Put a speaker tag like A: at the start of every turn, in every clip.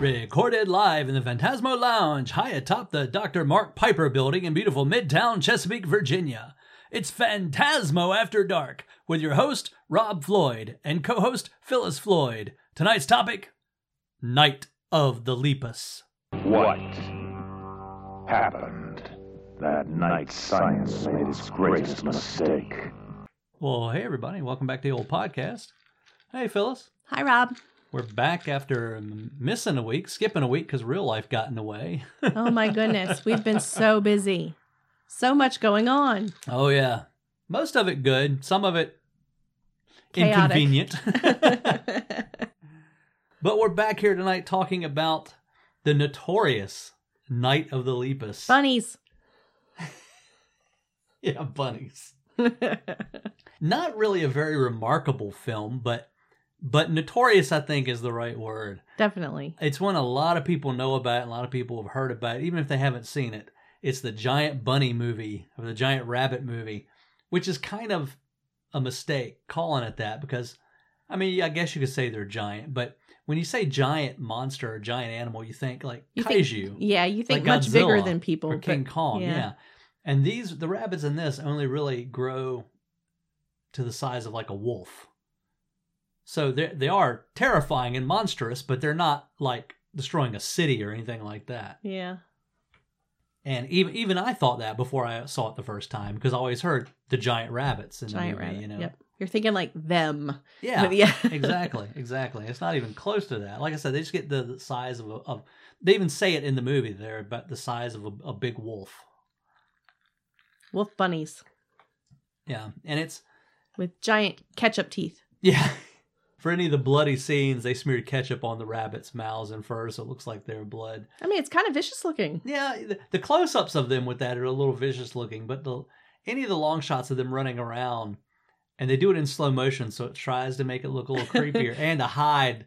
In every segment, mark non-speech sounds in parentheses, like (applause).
A: Recorded live in the Phantasmo Lounge, high atop the Dr. Mark Piper building in beautiful Midtown Chesapeake, Virginia. It's Phantasmo After Dark with your host, Rob Floyd, and co host, Phyllis Floyd. Tonight's topic Night of the Lepus.
B: What happened that night science made its greatest mistake?
A: Well, hey, everybody. Welcome back to the old podcast. Hey, Phyllis.
C: Hi, Rob.
A: We're back after m- missing a week, skipping a week because real life got in the way. (laughs)
C: Oh my goodness, we've been so busy. So much going on.
A: Oh yeah. Most of it good, some of it
C: Chaotic.
A: inconvenient. (laughs) but we're back here tonight talking about the notorious Night of the Lepus.
C: Bunnies.
A: (laughs) Yeah, bunnies. Not really a very remarkable film, but but notorious I think is the right word.
C: Definitely.
A: It's one a lot of people know about, and a lot of people have heard about, even if they haven't seen it. It's the giant bunny movie or the giant rabbit movie, which is kind of a mistake calling it that because, I mean, I guess you could say they're giant, but when you say giant monster or giant animal, you think like
C: You think-
A: kaiju
C: Yeah, you think
A: Like
C: much bigger
A: Godzilla
C: than people.
A: or
C: but-
A: King Kong, yeah.
C: yeah.
A: And these the rabbits in this only really grow to the size of like a wolf. So they they are terrifying and monstrous, but they're not like destroying a city or anything like that.
C: Yeah.
A: And even even I thought that before I saw it the first time because I always heard the giant rabbits in
C: Giant
A: the movie,
C: rabbit.
A: you know.
C: Yep. You're thinking like them. (laughs)
A: Yeah.
C: But yeah.
A: exactly, exactly. It's not even close to that. Like I said, they just get the, the size of a. Of, they even say it in the movie. They're about the size of a, a big wolf.
C: Wolf bunnies
A: Yeah, and it's
C: with giant ketchup teeth.
A: Yeah. (laughs) For any of the bloody scenes, they smeared ketchup on the rabbits' mouths and fur, so it looks like their blood.
C: I mean, it's kind of vicious looking.
A: Yeah, the, the close-ups of them with that are a little vicious looking, but the any of the long shots of them running around, and they do it in slow motion, so it tries to make it look a little
C: (laughs)
A: creepier and to hide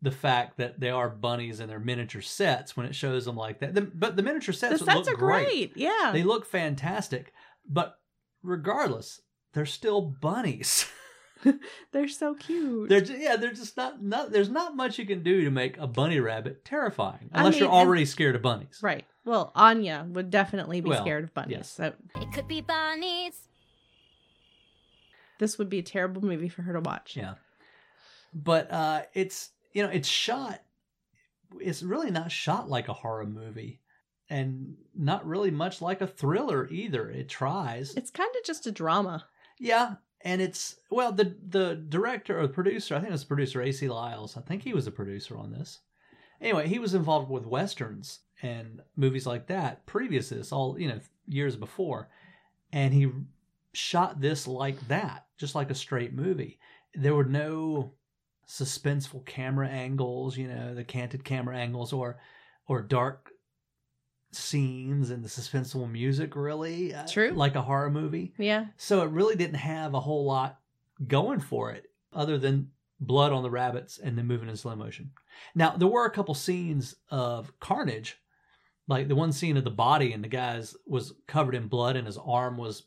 A: the fact that they are bunnies and they're miniature sets when it shows them like that. The- but the miniature sets,
C: the
A: would
C: sets
A: look
C: are great. Yeah.
A: They look fantastic, but regardless, they're still bunnies. (laughs)
C: They're so cute.
A: They're ju- yeah, they're just not, not there's not much you can do to make a bunny rabbit terrifying
C: I
A: unless
C: mean,
A: you're
C: and-
A: already scared of bunnies.
C: right. Well, Anya would definitely be
A: Well,
C: scared of bunnies.
A: yes.
C: So
D: It could be bunnies.
C: this would be a terrible movie for her to watch.
A: Yeah. But uh it's you know, it's shot it's really not shot like a horror movie and not really much like a thriller either. It tries.
C: It's kind of just a drama.
A: Yeah, and it's well the the director or producer, I think it was producer AC Lyles. I think he was a producer on this. Anyway, he was involved with westerns and movies like that previous to this, all you know years before, and he shot this like that, just like a straight movie. There were no suspenseful camera angles, you know, the canted camera angles or or dark scenes and the suspenseful music really uh,
C: True.
A: like a horror movie
C: Yeah.
A: so it really didn't have a whole lot going for it other than blood on the rabbits and then moving in slow motion. Now, there were a couple scenes of carnage, like the one scene of the body and the guy's was covered in blood and his arm was,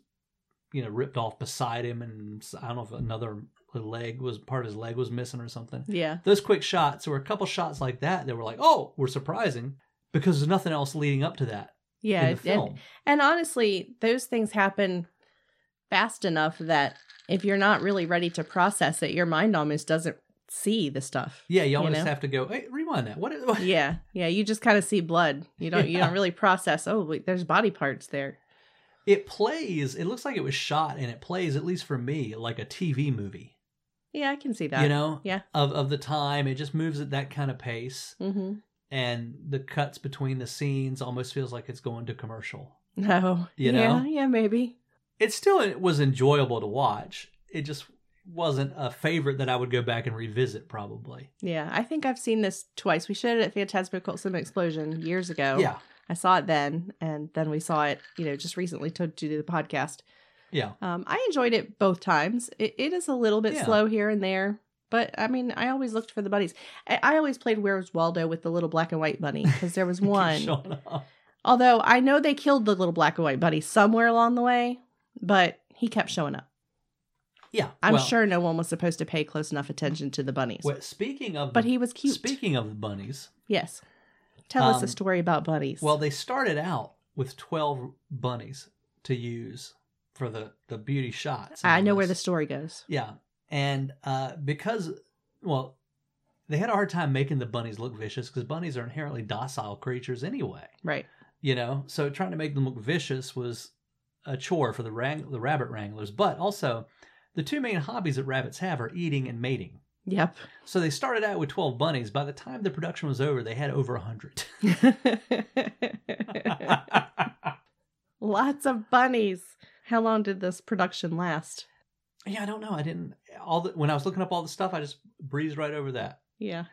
A: you know, ripped off beside him. And s- I don't know if another leg was part of his leg was missing or something.
C: Yeah.
A: Those quick shots, there were a couple shots like that that were like, oh, we're surprising because there's nothing else leading up to that
C: Yeah.
A: in the
C: it- and-
A: film.
C: And honestly, those things happen fast enough that if you're not really ready to process it, your mind almost doesn't see
A: (laughs)
C: the stuff.
A: yeah, you
C: you
A: always
C: know?
A: have to go, hey, rewind that. What is, what,
C: Yeah, yeah, you just kind of see blood. You don't you
A: Yeah.
C: don't really process, oh, wait, there's body parts there.
A: it plays it looks like it was shot and it plays at least for me like a tv movie
C: Yeah, I can see that.
A: you know
C: Yeah.
A: of of the time it just moves at that kind of pace
C: Mhm.
A: and the cuts between the scenes almost feels like it's going to commercial
C: No.
A: You know?
C: Yeah, yeah, maybe.
A: it still it was enjoyable to watch it just wasn't a favorite that i would go back and revisit probably
C: Yeah, I think I've seen this twice. We showed it at Phantasmical Sim Explosion years ago.
A: yeah
C: I saw it then, and then we saw it, you know, just recently to, to do the podcast.
A: yeah (laughs)
C: Um, I enjoyed it both times. It, it is a little bit
A: Yeah.
C: slow here and there, but I mean, I always looked for the bunnies. I, I always played Where's Waldo with the little black and white bunny because there
A: (laughs)
C: was
A: Keep
C: one.
A: showing up.
C: Although I know they killed the little black and white bunny somewhere along the way, but he kept showing up.
A: Yeah,
C: I'm
A: well,
C: sure no one was supposed to pay close enough attention to the bunnies.
A: well, speaking of,
C: but
A: the-
C: he was cute.
A: Speaking of the bunnies,
C: yes. Tell us a
A: Um,
C: story about bunnies.
A: well, they started out with twelve bunnies to use for the the beauty shots. and
C: I
A: all
C: know where the
A: this.
C: story goes.
A: Yeah, and uh, because well, they had a hard time making the bunnies look vicious because bunnies are inherently docile creatures anyway.
C: Right.
A: You know, so trying to make them look vicious was a chore for the wrang- the rabbit wranglers. But also, the two main hobbies that rabbits have are eating and mating. (laughs)
C: Yep. (laughs)
A: So they started out with twelve bunnies. By the time the production was over, they had over a hundred.
C: (laughs)
A: (laughs) yeah,
C: Lots of bunnies. How long did this production last?
A: I don't know. I didn't all the, when I was looking up all the stuff. I just breezed right over that.
C: Yeah.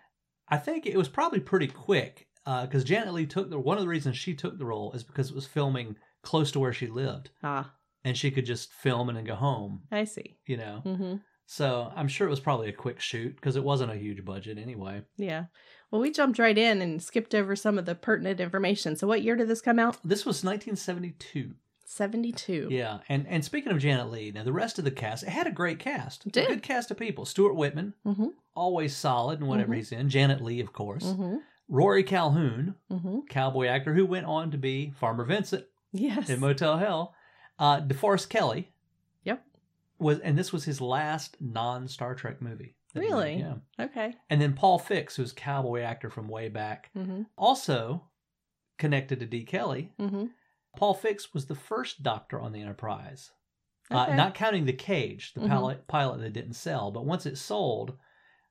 A: I think it was probably pretty quick because Janet Lee took the one of the reasons she took the role is because it was filming close to where she lived,
C: Ah,
A: and she could just film and then go home.
C: I see.
A: You know,
C: hmm
A: so I'm sure it was probably a quick shoot because it wasn't a huge budget anyway.
C: Yeah. Well, we jumped right in and skipped over some of the pertinent information. So, what year did this come out?
A: This was 1972.
C: 72.
A: Yeah, and and speaking of Janet Lee, now the rest of the cast it had a great cast,
C: It did.
A: a good cast of people. Stuart Whitman,
C: Mm-hmm.
A: always solid in whatever
C: Mhm.
A: he's in. Janet Lee, of course.
C: Mm-hmm.
A: Rory Calhoun,
C: Mm-hmm.
A: cowboy actor who went on to be Farmer Vincent
C: Yes.
A: in Motel Hell. Uh, DeForest Kelly.
C: Yep.
A: Was and this was his last non Star Trek movie. that he made,
C: Really?
A: Yeah.
C: okay.
A: And then Paul Fix, who's a cowboy actor from way back,
C: Mm-hmm.
A: also connected to D. Kelly.
C: Mm-hmm.
A: Paul Fix was the first Doctor on the Enterprise, uh,
C: Okay.
A: not counting the Cage, the
C: Mhm.
A: pilot pilot that didn't sell. But once it sold,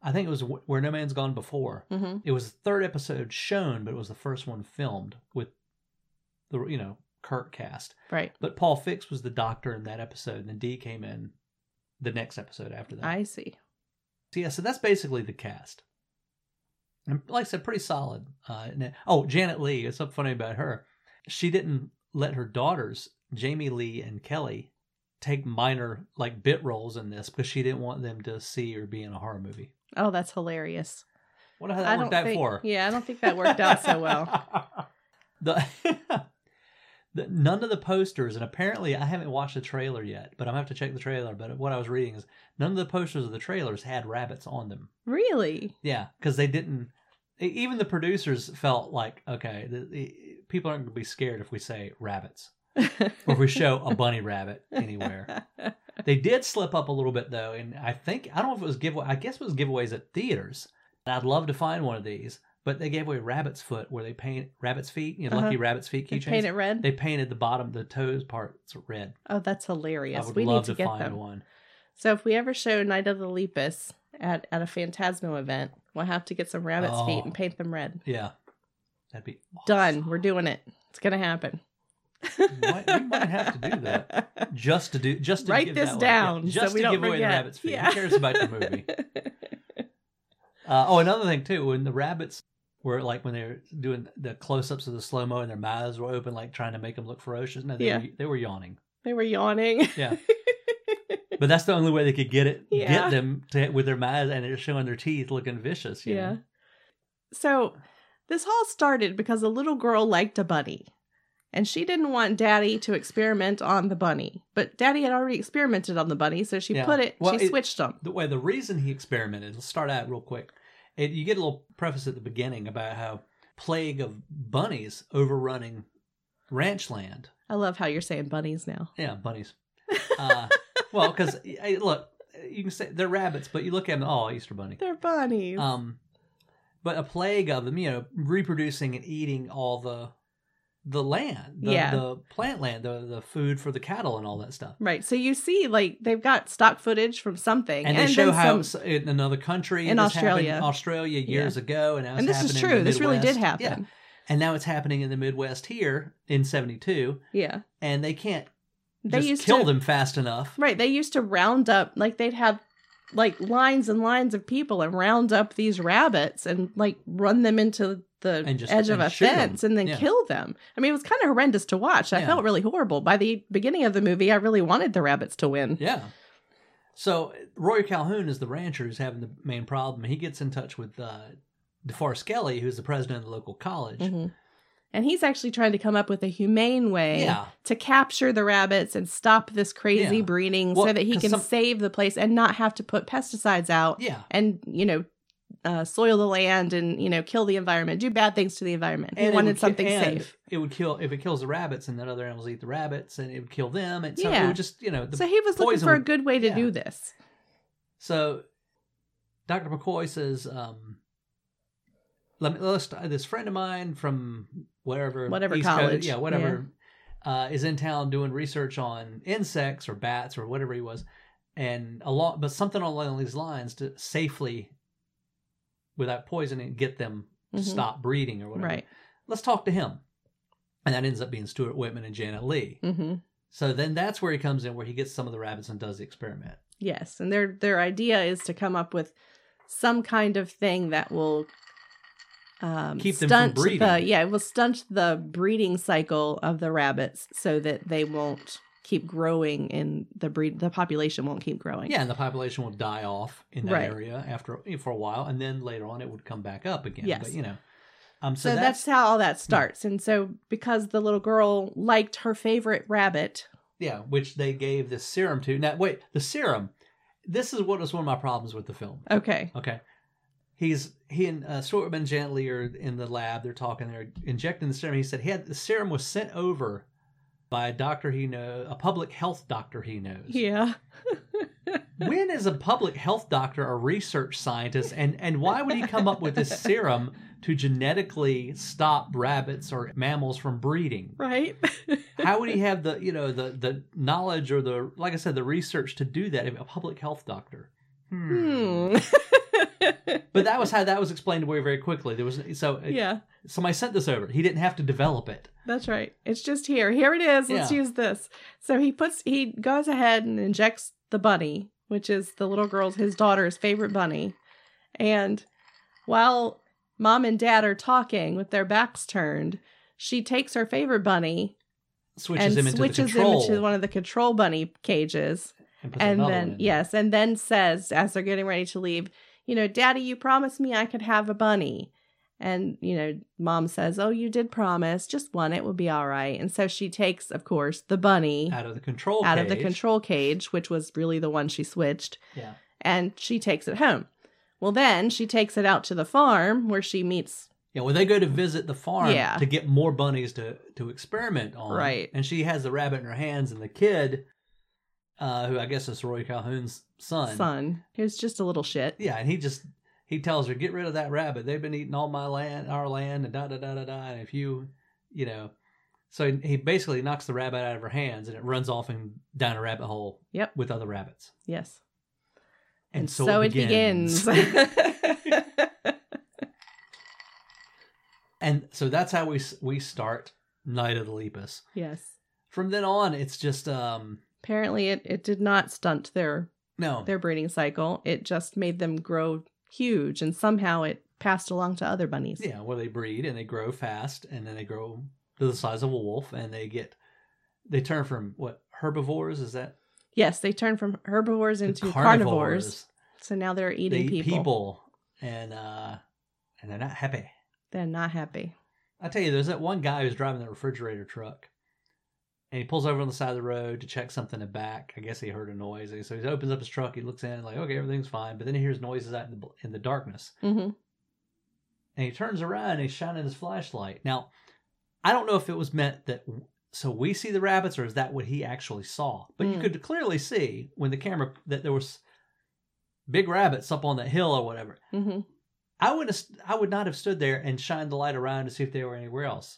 A: I think it was Wh- Where No Man's Gone Before.
C: Mm-hmm.
A: It was the third episode shown, but it was the first one filmed with the you know Kirk cast.
C: Right.
A: But Paul Fix was the doctor in that episode, and then D came in the next episode after that.
C: I see.
A: So, yeah, so that's basically the cast. And like I said, pretty solid. Uh, and it- oh, Janet Lee, it's something funny about her. She didn't let her daughters, Jamie Lee and Kelly, take minor like bit roles in this because she didn't want them to see or be in a horror movie.
C: Oh, that's hilarious.
A: Wonder how
C: I
A: that
C: don't
A: worked out
C: think,
A: for her.
C: Yeah, I don't think that worked out
A: (laughs)
C: so well.
A: The, (laughs) the- none of the posters, and apparently I haven't watched the trailer yet, but I'm gonna have to check the trailer. But what I was reading is none of the posters of the trailers had rabbits on them.
C: Really?
A: Yeah, because they didn't. e- Even the producers felt like, okay, the, the, people aren't gonna be scared if we say rabbits or if we show a bunny
C: (laughs)
A: rabbit anywhere. They did slip up a little bit though, and I think I don't know if it was giveaway. I guess it was giveaways at theaters. And I'd love to find one of these, but they gave away rabbit's foot where they paint rabbit's feet. You know, lucky rabbit's feet
C: Uh-huh. They
A: keychains.
C: Paint it red.
A: They painted the bottom, the toes parts red.
C: oh, that's
A: I
C: hilarious.
A: would
C: We
A: love
C: need to,
A: to,
C: get
A: find
C: them.
A: one.
C: So if we ever show Night of the Lepus at, at a Phantasmo event, we'll have to get some rabbit's
A: Oh.
C: feet and paint them red.
A: Yeah, that'd be awesome.
C: Done. We're doing it. It's gonna happen.
A: might- we might have to do that.
C: (laughs)
A: Just to do, just to
C: Write
A: give
C: this
A: that away. Yeah,
C: down
A: just
C: so we
A: to
C: don't
A: give away
C: forget.
A: the rabbit's feet.
C: Yeah.
A: Who cares about the
C: (laughs)
A: movie? Uh, oh, another thing too, when the rabbits were like when they were doing the close-ups of the slow mo and their mouths were open, like trying to make them look ferocious. No, they
C: Yeah.
A: were, they were yawning.
C: they were yawning. (laughs)
A: Yeah, but that's the only way they could get it,
C: Yeah.
A: get them to with their mouths, and they're showing their teeth, looking vicious. you
C: Yeah.
A: know?
C: So this all started because a little girl liked a bunny. And she didn't want daddy to experiment on the bunny. But daddy had already experimented on the bunny, so she
A: Yeah.
C: put it,
A: Well,
C: she
A: it-
C: switched them.
A: the way the reason he experimented. Let's start out real quick. It, you get a little preface at the beginning about how plague of bunnies overrunning ranch land.
C: I love how you're saying bunnies now.
A: Yeah, bunnies.
C: (laughs)
A: Uh, well, because look, you can say they're rabbits, but you look at them, oh, Easter bunny.
C: They're bunnies.
A: Um, but a plague of them, you know, reproducing and eating all the the land, the,
C: Yeah.
A: the plant land, the the food for the cattle and all that stuff.
C: right. So you see, like, they've got stock footage from something.
A: And, they show
C: then
A: how
C: some-
A: it's in another country
C: In
A: this happened
C: Australia.
A: in Australia years ago, and now it's
C: and this is
A: happening in
C: true.
A: the
C: This really did
A: Midwest.
C: happen.
A: Yeah. and now it's happening in the Midwest here in '72,
C: Yeah.
A: and they can't
C: They
A: just
C: used
A: kill
C: to,
A: them fast enough.
C: Right. They used to round up, like, they'd have like lines and lines of people and round up these rabbits and like run them into the
A: And just-
C: edge of
A: and
C: a
A: shoot 'em.
C: fence and then
A: Yeah.
C: kill them. I mean, it was kind of horrendous to watch. I
A: Yeah.
C: felt really horrible. By the beginning of the movie, I really wanted the rabbits to win.
A: Yeah. So Roy Calhoun is the rancher who's having the main problem. He gets in touch with uh, DeForest Kelly, who's the president of the local college,
C: Mhm. And he's actually trying to come up with a humane way
A: Yeah.
C: to capture the rabbits and stop this crazy
A: Yeah.
C: breeding
A: Well,
C: so that he
A: 'cause
C: can
A: some-
C: save the place and not have to put pesticides out
A: Yeah.
C: and, you know, uh, soil the land and, you know, kill the environment, do bad things to the environment. He
A: it would
C: wanted
A: ki-
C: something
A: and
C: safe.
A: It would kill if it kills the rabbits, and then other animals eat the rabbits, and it would kill them. And so it
C: Yeah.
A: would just you know. The,
C: So
A: so,
C: he was looking
A: poison
C: for a
A: would-
C: good way to
A: yeah.
C: do this.
A: Dr. McCoy says, um, "Let me let's, this friend of mine from wherever,
C: Whatever
A: Coast-
C: college,
A: yeah, whatever, Uh, is in town doing research on insects or bats or whatever he was, and a lot, but something along these lines to safely, without poisoning, get them
C: Mhm.
A: to stop breeding or whatever.
C: Right.
A: let's talk to him. And that ends up being Stuart Whitman and Janet Lee.
C: hmm
A: So then that's where he comes in, where he gets some of the rabbits and does the experiment.
C: Yes, and their their idea is to come up with some kind of thing that will um,
A: Keep them from
C: stunt
A: breeding.
C: The, yeah, it will stunt the breeding cycle of the rabbits so that they won't keep growing and the breed the population won't keep growing.
A: Yeah, and the population will die off in that
C: Right.
A: area after for a while, and then later on it would come back up again.
C: Yes.
A: But you know, um,
C: So,
A: so,
C: that's,
A: that's, Hmm.
C: how all that starts. And so because the little girl liked her favorite rabbit,
A: yeah, which they gave this serum to. Now wait, the serum. This is what was one of my problems with the film.
C: okay,
A: Okay. He's he and uh, Sortman Gently are in the lab. They're talking. They're injecting the serum. He said he had the serum was sent over by a doctor he knows, a public health doctor he knows.
C: yeah,
A: When is a public health doctor a research scientist, and and why would he come up with this serum to genetically stop rabbits or mammals from breeding?
C: right,
A: How would he have the you know the the knowledge or the like I said the research to do that? if A public health doctor.
C: hmm. (laughs)
A: But that was how that was explained away very quickly. There was so it-
C: yeah.
A: somebody sent this over. He didn't have to develop it.
C: That's right. It's just here. Here it is. Let's
A: Yeah.
C: use this. So he puts he goes ahead and injects the bunny, which is the little girl's his daughter's favorite bunny. And while mom and dad are talking with their backs turned, she takes her favorite bunny
A: Switches
C: and
A: him into the
C: switches him
A: control
C: into one of the control bunny cages.
A: and, puts
C: And
A: another
C: then
A: one in.
C: yes, and then says as they're getting ready to leave, you know, Daddy, you promised me I could have a bunny. And, you know, mom says, Oh, you did promise, just one, it will be all right. And so she takes, of course, the bunny
A: out of the control
C: out of the
A: cage.
C: control cage, which was really the one she switched,
A: Yeah,
C: and she takes it home. Well, then she takes it out to the farm where she meets
A: yeah. When they go to visit the farm
C: Yeah.
A: to get more bunnies to to experiment on,
C: Right.
A: And she has the rabbit in her hands, and the kid, uh, who I guess is Roy Calhoun's son.
C: son, who's just a little shit.
A: Yeah, and he just he tells her, "Get rid of that rabbit. They've been eating all my land, our land, and da da da da da. And if you, you know." So he- he basically knocks the rabbit out of her hands, and it runs off and down a rabbit hole.
C: Yep.
A: with other rabbits.
C: Yes.
A: And, so, it begins.
C: begins.
A: (laughs) and so that's how we s- we start Night of the Lepus.
C: (laughs) yes.
A: From then on, it's just um
C: Apparently, it, it did not stunt their
A: no
C: their breeding cycle. It just made them grow huge, and somehow it passed along to other bunnies.
A: yeah where they breed and they grow fast and then they grow to the size of a wolf and they get they turn from what herbivores is that
C: Yes, they turned from herbivores
A: To
C: into carnivores. So now they're
A: They
C: eating
A: eat
C: people.
A: people and uh and they're not happy.
C: They're not happy.
A: I tell you, there's that one guy who's driving that refrigerator truck, and he pulls over on the side of the road to check something in the back. I guess he heard a noise, so he opens up his truck. He looks in, and like, okay, everything's fine. But then he hears noises out in the bl- in the darkness,
C: hmm
A: and he turns around and he's shining his flashlight. Now, I don't know if it was meant that so we see the rabbits, or is that what he actually saw? But you
C: Hmm.
A: could clearly see when the camera that there was big rabbits up on that hill or whatever.
C: hmm
A: I would have, st- I would not have stood there and shined the light around to see if they were anywhere else.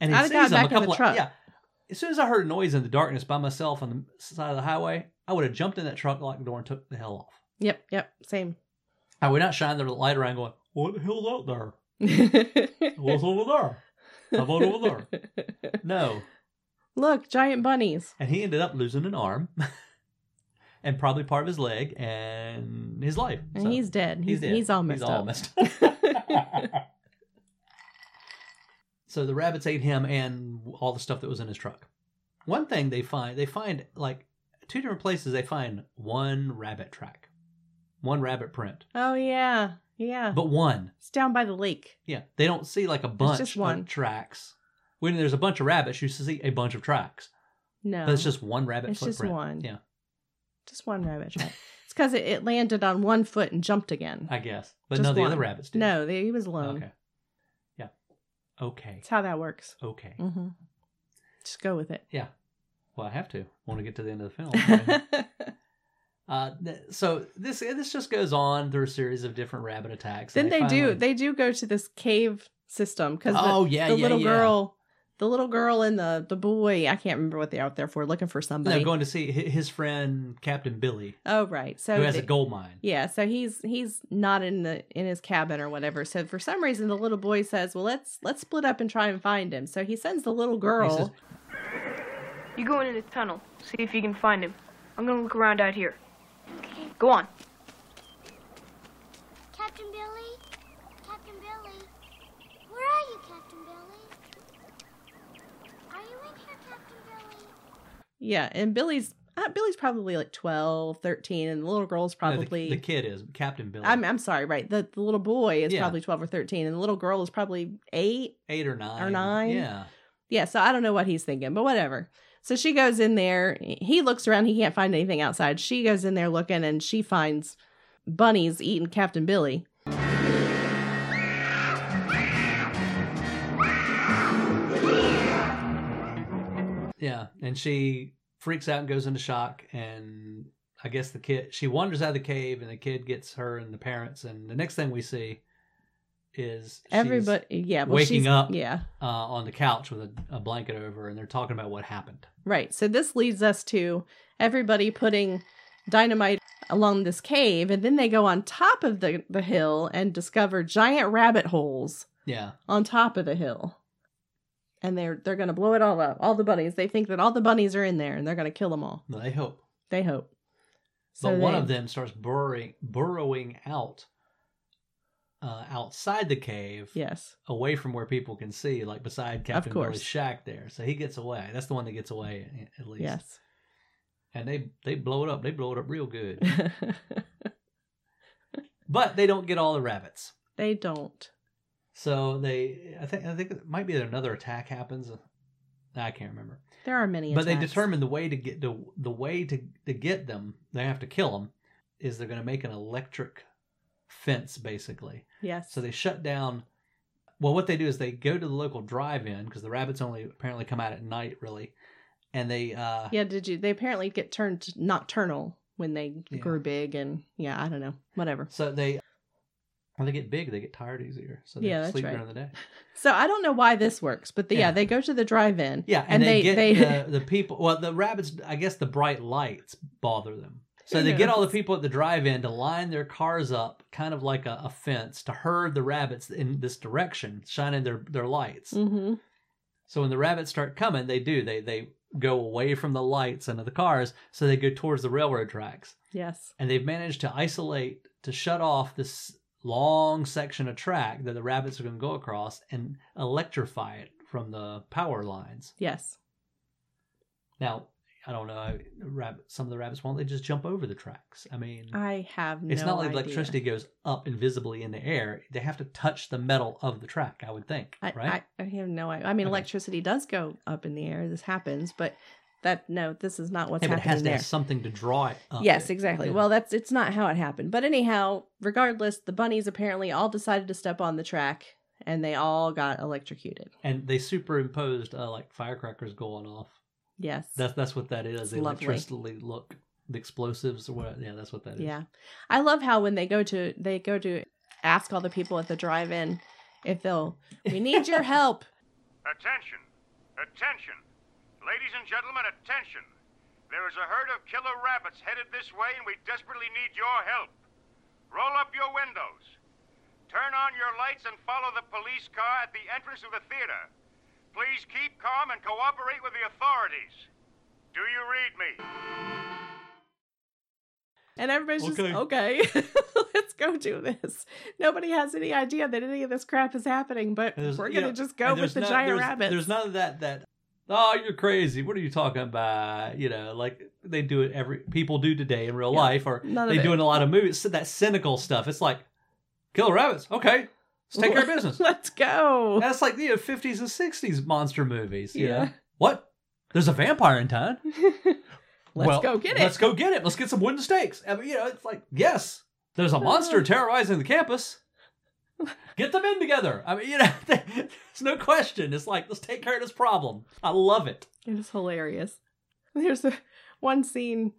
A: And he
C: I'd have
A: sees
C: gotten
A: them
C: back in the
A: of-
C: truck.
A: yeah. As soon as I heard a noise in the darkness by myself on the side of the highway, I would have jumped in that truck, locked the door, and took the hell off.
C: Yep, yep, same.
A: I would not shine the light around, going, "What the hell's out there?
C: (laughs)
A: What's over there? How about over there?" No.
C: Look, giant bunnies.
A: And he ended up losing an arm, (laughs) and probably part of his leg and his life.
C: And
A: So,
C: he's dead. He's, he's,
A: dead.
C: all messed
A: all
C: up. (laughs)
A: messed up. so the rabbits ate him and all the stuff that was in his truck. One thing they find they find like two different places they find one rabbit track, one rabbit print.
C: oh, yeah. Yeah.
A: but one.
C: it's down by the lake.
A: Yeah, they don't see like a bunch
C: just one.
A: of tracks. When there's a bunch of rabbits, you see a bunch of tracks,
C: No.
A: but it's just one rabbit
C: It's just
A: footprint.
C: one.
A: Yeah,
C: Just one rabbit track. it's because it, it landed on one foot and jumped again.
A: I guess. But
C: Just
A: no, the
C: one.
A: other rabbits did.
C: No, they, he was alone.
A: Okay. Yeah. Okay.
C: That's how that works.
A: Okay.
C: hmm Just go with it.
A: Yeah. Well, I have to. want to get to the end of the
C: (laughs)
A: film. uh, th- so this this just goes on through a series of different rabbit attacks.
C: then
A: and
C: they, do.
A: finally-
C: They do go to this cave system because
A: oh yeah,
C: the
A: yeah,
C: little
A: yeah.
C: girl, the little girl and the the boy. I can't remember what they're out there for, looking for somebody.
A: No, going to see hi- his friend Captain Billy,
C: oh right, so
A: who has a
C: they-
A: gold mine.
C: Yeah, so he's he's not in the in his cabin or whatever. So for some reason, the little boy says, "Well, let's let's split up and try and find him." So he sends the little
A: He
C: girl.
A: says,
E: You go into the tunnel, see if you can find him. I'm gonna look around out here. Go on.
D: Captain Billy? Captain Billy? Where are you, Captain Billy? Are you in here, Captain Billy?
C: yeah, and Billy's uh, Billy's probably like 12, 13, and the little girl's
A: no, the-
C: probably.
A: the, kid is Captain Billy,
C: I'm I'm sorry, right? The, the little boy is
A: Yeah.
C: probably twelve or thirteen, and the little girl is probably eight.
A: eight or nine
C: or nine.
A: Yeah,
C: Yeah, so I don't know what he's thinking, but whatever. So she goes in there. He looks around. He can't find anything outside. She goes in there looking, and she finds bunnies eating Captain Billy.
A: yeah, and she freaks out and goes into shock, and I guess the kid she wanders out of the cave, and the kid gets her and the parents, and the next thing we see is she's,
C: Everybody, yeah, well,
A: waking
C: she's-
A: up.
C: Yeah,
A: uh, on the couch with a, a blanket over, her, and they're talking about what happened.
C: right. So this leads us to everybody putting dynamite along this cave, and then they go on top of the the hill and discover giant rabbit holes
A: Yeah,
C: on top of the hill. And they're they're gonna blow it all up. All the bunnies. They think that all the bunnies are in there, and they're gonna kill them all.
A: they hope.
C: They hope.
A: But one
C: they-
A: of them starts burrowing, burrowing out uh, outside the cave,
C: Yes.
A: away from where people can see, like beside Captain Billy's
C: course.
A: shack there. So he gets away. That's the one that gets away, a- at least.
C: Yes.
A: And they, they blow it up. They blow it up real good. but they don't get all the rabbits.
C: (laughs) they don't.
A: So they, I think, I think it might be that another attack happens. I can't remember.
C: There are many.
A: but they
C: attacks.
A: determine the way to get the the way to to get them. They have to kill them. Is they're going to make an electric fence basically.
C: Yes.
A: So they shut down. Well, what they do is they go to the local drive-in because the rabbits only apparently come out at night, really, and they uh,
C: yeah. Did you? They apparently get turned nocturnal when they
A: Yeah.
C: grew big, and yeah, I don't know. Whatever.
A: so they when they get big, they get tired easier, so they
C: Yeah,
A: have to
C: that's
A: sleep
C: right.
A: during the day.
C: So I don't know why this works, but the, yeah.
A: Yeah.
C: they go to the drive-in.
A: Yeah, and, they,
C: (laughs)
A: get (laughs) the, the people. Well, the rabbits, I guess, the bright lights bother them, so they get all the people at the drive-in to line their cars up, kind of like a, a fence, to herd the rabbits in this direction, shining their their lights.
C: hmm
A: So when the rabbits start coming, they do. They they go away from the lights and the cars, so they go towards the railroad tracks,
C: Yes.
A: and they've managed to isolate to shut off this long section of track that the rabbits are going to go across and electrify it from the power lines.
C: Yes.
A: Now, I don't know. Rabbit, some of the rabbits won't. They just jump over the tracks. I mean,
C: I have no.
A: it's not like
C: idea.
A: electricity goes up invisibly in the air. They have to touch the metal of the track. I would think,
C: I,
A: right?
C: I, I have no idea. I mean,
A: Okay.
C: electricity does go up in the air. This happens, but that no, this is not what's
A: yeah, but it
C: happening
A: has to
C: there.
A: have something to draw it up.
C: Yes, exactly.
A: Yeah.
C: Well, that's it's not how it happened. But anyhow, regardless, the bunnies apparently all decided to step on the track and they all got electrocuted.
A: and they superimposed uh, like firecrackers going off.
C: Yes.
A: That's that's what that is. The
C: lovely.
A: electricity look, the explosives, or what? Yeah, that's what that is.
C: yeah. I love how when they go to they go to ask all the people at the drive-in if they'll we need your help.
F: Attention! Attention! Ladies and gentlemen, attention! There is a herd of killer rabbits headed this way, and we desperately need your help. Roll up your windows. Turn on your lights and follow the police car at the entrance of the theater. Please keep calm and cooperate with the authorities. Do you read me?
C: And everybody's
A: Okay.
C: just okay. (laughs) Let's go do this. Nobody has any idea that any of this crap is happening, but
A: And there's-
C: we're
A: you
C: gonna
A: know,
C: just
A: and
C: go with
A: there's
C: the
A: no-
C: giant
A: there's-
C: rabbits.
A: There's none of that that oh you're crazy. What are you talking about? You know, like they do it every people do today in real
C: Yeah,
A: life, or
C: none of
A: they do
C: it.
A: in a lot of movies. So that cynical stuff. It's like, Killer rabbits. Okay. Let's take care of
C: (laughs)
A: business.
C: (laughs) Let's go. (laughs)
A: That's like the 50s and 60s monster movies. you
C: Yeah.
A: know? What? There's a vampire in town.
C: Let's
A: Well,
C: go get it.
A: Let's go get it. Let's get some wooden stakes. I mean, you know, it's like, yes, there's
C: Hmm.
A: a monster terrorizing the campus. Get them in together. I mean, you know, (laughs) there's no question. It's like, let's take care of this problem. I love it.
C: It is hilarious. There's a, one scene,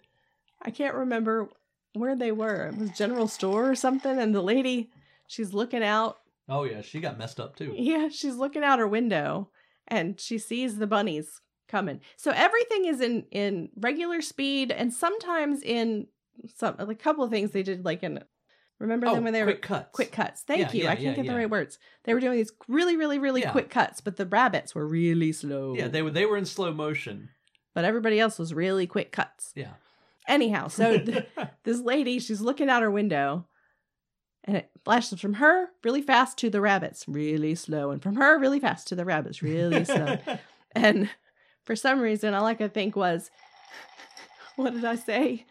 C: I can't remember where they were. It was General Store or something, and the lady, she's looking out.
A: Oh, yeah, she got messed up too.
C: Yeah, she's looking out her window, and she sees the bunnies coming. So everything is in in regular speed, and sometimes in some a couple of things they did like in. Remember
A: Oh,
C: them when they
A: quick
C: were
A: cuts.
C: quick cuts. Thank
A: Yeah,
C: you.
A: yeah,
C: I can't
A: yeah,
C: get
A: yeah.
C: the right words. They were doing these really, really, really
A: Yeah.
C: quick cuts, but the rabbits were really slow.
A: Yeah, they were they were in slow motion.
C: but everybody else was really quick cuts.
A: Yeah.
C: Anyhow, Oh,
A: (laughs)
C: so th- this lady, she's looking out her window and it flashes from her really fast to the rabbits, really slow, and from her really fast to the rabbits, really
A: (laughs)
C: slow. And for some reason, all I could think was, what did I say?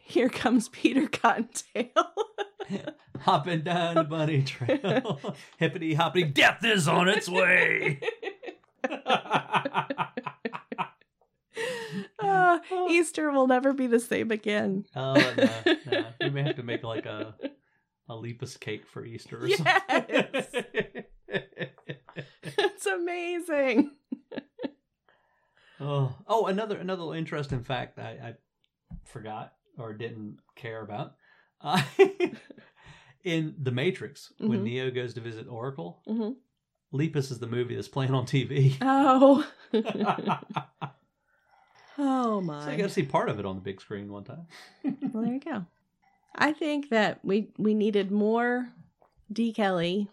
C: Here comes Peter Cottontail.
A: Hopping down the bunny trail.
C: (laughs)
A: Hippity hoppity, death is on its way.
C: Ah, Easter will never be the same again. (laughs)
A: Oh no, no. We may have to make like a a lepus cake for Easter or
C: Yes.
A: something.
C: it's amazing.
A: (laughs) oh. oh, another another little interesting fact I, I forgot or didn't care about. (laughs) Uh, in The Matrix, when
C: Mhm.
A: Neo goes to visit Oracle,
C: Mhm.
A: Lepus is the movie that's playing on TV.
C: Oh.
A: (laughs)
C: (laughs)
A: so
C: oh
A: I
C: my.
A: got to see part of it on the big screen one time.
C: Well, there you go. I think that we we needed more D. Kelly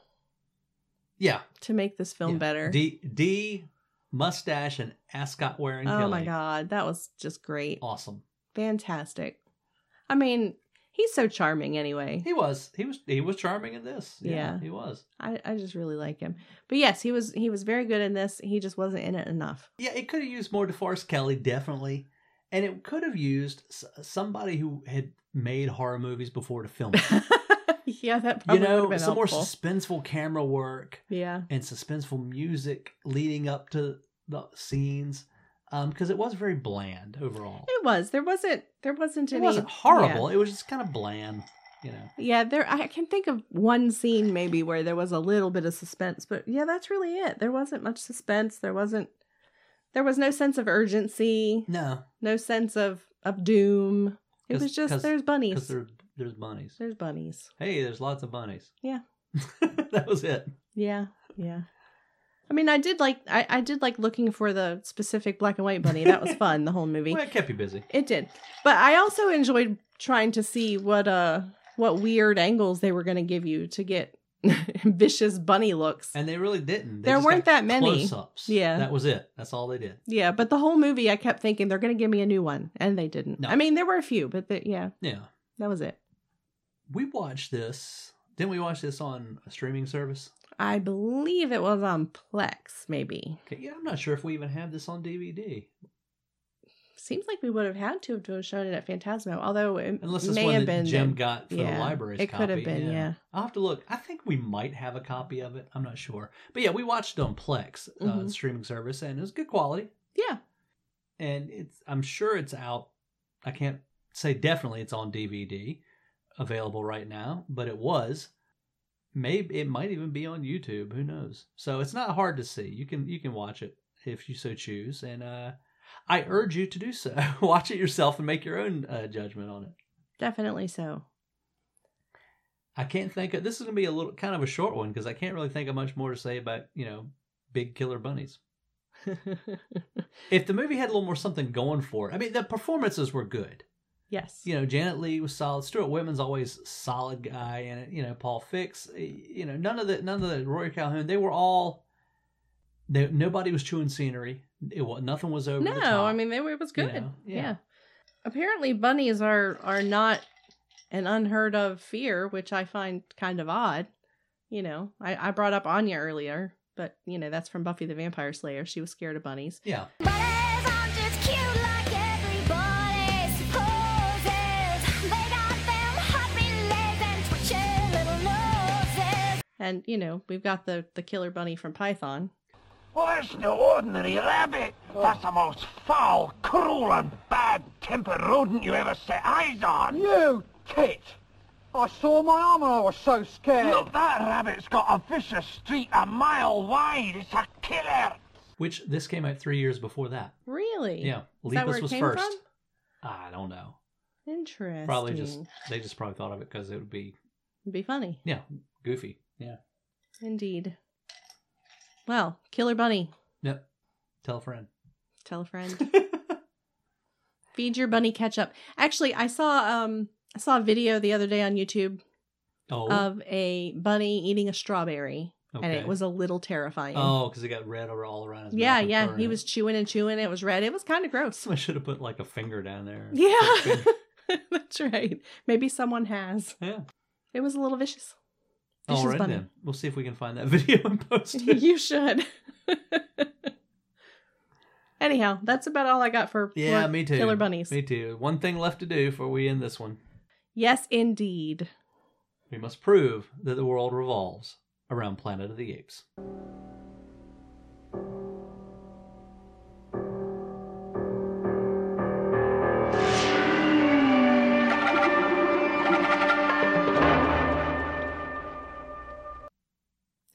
A: (laughs) Yeah,
C: to make this film
A: Yeah.
C: better.
A: D D mustache and ascot
C: oh
A: wearing. Kelly.
C: my god, that was just great,
A: Awesome.
C: fantastic. I mean, he's so charming anyway.
A: He was. He was. He was charming in this.
C: Yeah.
A: he was.
C: I, I just really like him. But yes, he was he was very good in this. He just wasn't in it
A: (laughs)
C: enough. (laughs)
A: Yeah, it could have used more DeForest Kelly, definitely, and it could have used s- somebody who had made horror movies before to film.
C: (laughs)
A: It.
C: yeah, that
A: you
C: probably would have
A: know,
C: been
A: some more
C: helpful.
A: suspenseful camera work
C: yeah,
A: and suspenseful music leading up to the scenes, because it was very bland overall.
C: it was. There wasn't there wasn't
A: It
C: any.
A: wasn't horrible. It was just kind of bland, you know.
C: Yeah, there I can think of one scene maybe where there was a little bit of suspense, but yeah, that's really it. There wasn't much suspense. There wasn't there was no sense of urgency,
A: No,
C: no sense of of doom. It
A: 'Cause-
C: was just
A: 'cause-
C: there's
A: because
C: bunnies.
A: there, there's bunnies.
C: There's bunnies.
A: Hey, there's lots of bunnies.
C: Yeah.
A: (laughs) that was it.
C: Yeah. Yeah. I mean, I did like I, I did like looking for the specific black and white bunny. That
A: (laughs)
C: was fun, the whole movie.
A: Well, it kept you busy.
C: It did. But I also enjoyed trying to see what uh what weird angles they were going to give you to get (laughs) ambitious bunny looks.
A: And they really didn't. They
C: There
A: just
C: weren't
A: got
C: that many.
A: Close-ups.
C: Yeah.
A: that was it. That's all they did.
C: Yeah, but the whole movie, I kept thinking they're going to give me a new one, and they didn't.
A: No.
C: I mean, there were a few, but the, yeah,
A: Yeah,
C: that was it.
A: we watched this. Didn't we watch this on a streaming service?
C: I believe it was on Plex, maybe.
A: Okay, yeah, I'm not sure if we even have this on DVD,
C: Seems like we would have had to have to have shown it at Phantasmo, although it
A: unless it's
C: may
A: one
C: have
A: that
C: been
A: Jim
C: that-
A: got for
C: yeah,
A: the library's
C: it
A: copy.
C: could have been, yeah.
A: I'll have to look. I think we might have a copy of it. I'm not sure, but yeah, we watched it on Plex uh,
C: Mhm.
A: streaming service, and it was good quality.
C: Yeah,
A: And it's I'm sure it's out. I can't say definitely it's on DVD, available right now, but it was. Maybe it might even be on YouTube. Who knows? So it's not hard to see. You can you can watch it if you so choose, and uh, I urge you to do so. (laughs) watch it yourself and make your own uh, judgment on it.
C: definitely so.
A: I can't think of this is gonna be a little kind of a short one because I can't really think of much more to say about you know big killer
C: (laughs)
A: bunnies. If the movie had a little more something going for it, I mean the performances were good.
C: yes.
A: you know, Janet Lee was solid. Stuart Whitman's always solid guy, and you know, Paul Fix. eh, You know, none of the none of the Roy Calhoun. They were all. They, nobody was chewing scenery. It was nothing was over. the
C: No,
A: top,
C: I mean, they, it was
A: you
C: good.
A: know?
C: yeah. Apparently, bunnies are are not an unheard of fear, which I find kind of odd. You know, I, I brought up Anya earlier, but you know that's from Buffy the Vampire Slayer. She was scared of bunnies.
A: yeah,
D: Bunnies aren't just cute like everybody supposes. They got them hot relays and twitchy little noses.
C: And you know, we've got the the killer bunny from Python.
G: Well, that's no ordinary rabbit. That's the most foul, cruel, and bad-tempered rodent you ever set eyes on.
H: You tit! I saw my arm and I was so scared.
G: Look, that rabbit's got a vicious streak a mile wide. It's a killer.
A: Which this came out three years before that.
C: Really?
A: Yeah,
C: Is that where
A: Lepus
C: it
A: was
C: came
A: first.
C: from?
A: I don't know.
C: Interesting.
A: Probably just they just probably thought of it because it would be
C: It'd be funny.
A: yeah goofy. Yeah.
C: Indeed. Well, killer bunny.
A: Yep. Tell a friend.
C: Tell
A: (laughs)
C: a friend. Feed your bunny ketchup. Actually, I saw um I saw a video the other day on YouTube
A: Oh.
C: of a bunny eating a strawberry, Um, and it was a little terrifying.
A: Oh, because it got red over all around his
C: yeah,
A: mouth. and fur
C: yeah.
A: in
C: He
A: it. (laughs)
C: was chewing and chewing. It was red. It was kind of gross.
A: Someone should have put like a finger down there.
C: Yeah, that's right. Maybe someone has.
A: Yeah.
C: It was a little
A: (laughs)
C: vicious. (laughs) This
A: All
C: is
A: right
C: funny.
A: then. We'll see if we can find that (laughs) video and post
C: (laughs)
A: it.
C: you should. Anyhow, that's about all I got for
A: yeah,
C: for
A: me too.
C: Killer bunnies.
A: Me too. One thing left to do before we end this one.
C: Yes, indeed.
A: We must prove that the world revolves around Planet of the Apes.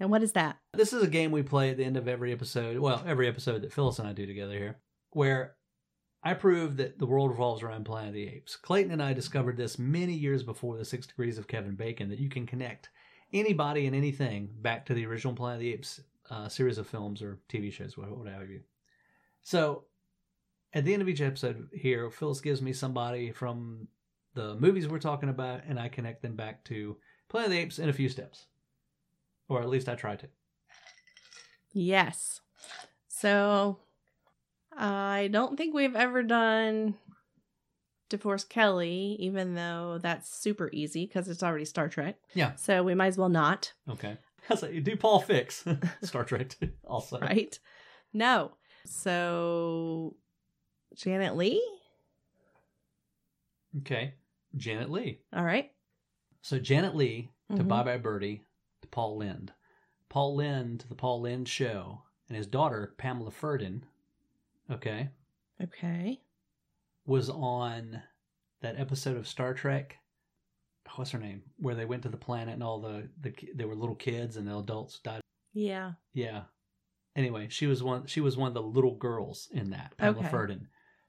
C: And what is that?
A: This is a game we play at the end of every episode. Well, every episode that Phyllis and I do together here, where I prove that the world revolves around Planet of the Apes. Clayton and I discovered this many years before the Six Degrees of Kevin Bacon that you can connect anybody and anything back to the original Planet of the Apes uh, series of films or TV shows, what, what have you. So, at the end of each episode here, Phyllis gives me somebody from the movies we're talking about, and I connect them back to Planet of the Apes in a few steps, or at least I try to.
C: Yes. So I don't think we've ever done Divorce Kelly, even though that's super easy because it's already Star Trek.
A: Yeah.
C: So we might as well not,
A: (laughs) Okay. That's like, you do Paul Fix. (laughs) Star Trek too, also.
C: (laughs) right? No. So Janet Lee?
A: Okay. Janet Lee.
C: All right.
A: So Janet Lee to
C: Mhm.
A: Bye Bye Birdie to Paul Lind. Paul Lind to the Paul Lind Show and his daughter, Pamela Ferdin, okay,
C: Okay.
A: was on that episode of Star Trek. What's her name? Where they went to the planet and all the, the ki- they were little kids and the adults died.
C: Yeah.
A: Yeah. Anyway, she was one. She was one of the little girls in that. Pamela
C: Okay.
A: Ferdin.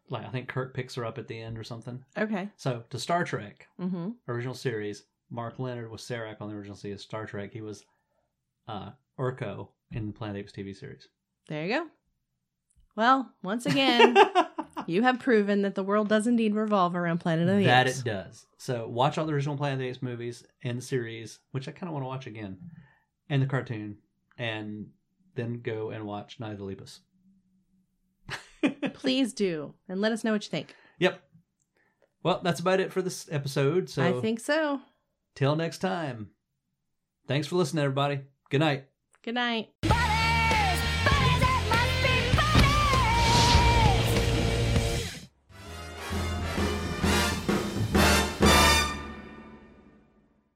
A: Like I think Kirk picks her up at the end or something.
C: Okay.
A: So to Star Trek
C: Mm-hmm.
A: original series, Mark Leonard was Serac on the original series of Star Trek. He was uh, Urko in the Planet Apes TV series.
C: There you go. Well,
A: (laughs)
C: once (laughs) again, you have proven that the world does indeed revolve around Planet of the
A: that
C: Apes.
A: it does. So watch all the original Planet of the Apes movies and series, which I kind of want to watch again, and the cartoon, and then go and watch Night of the Lepus.
C: Please do, and let us know what you think.
A: Yep. Well, that's about it for this episode. So
C: I think so.
A: till next time. Thanks for listening, everybody. Good night.
C: Good night.
D: Bye.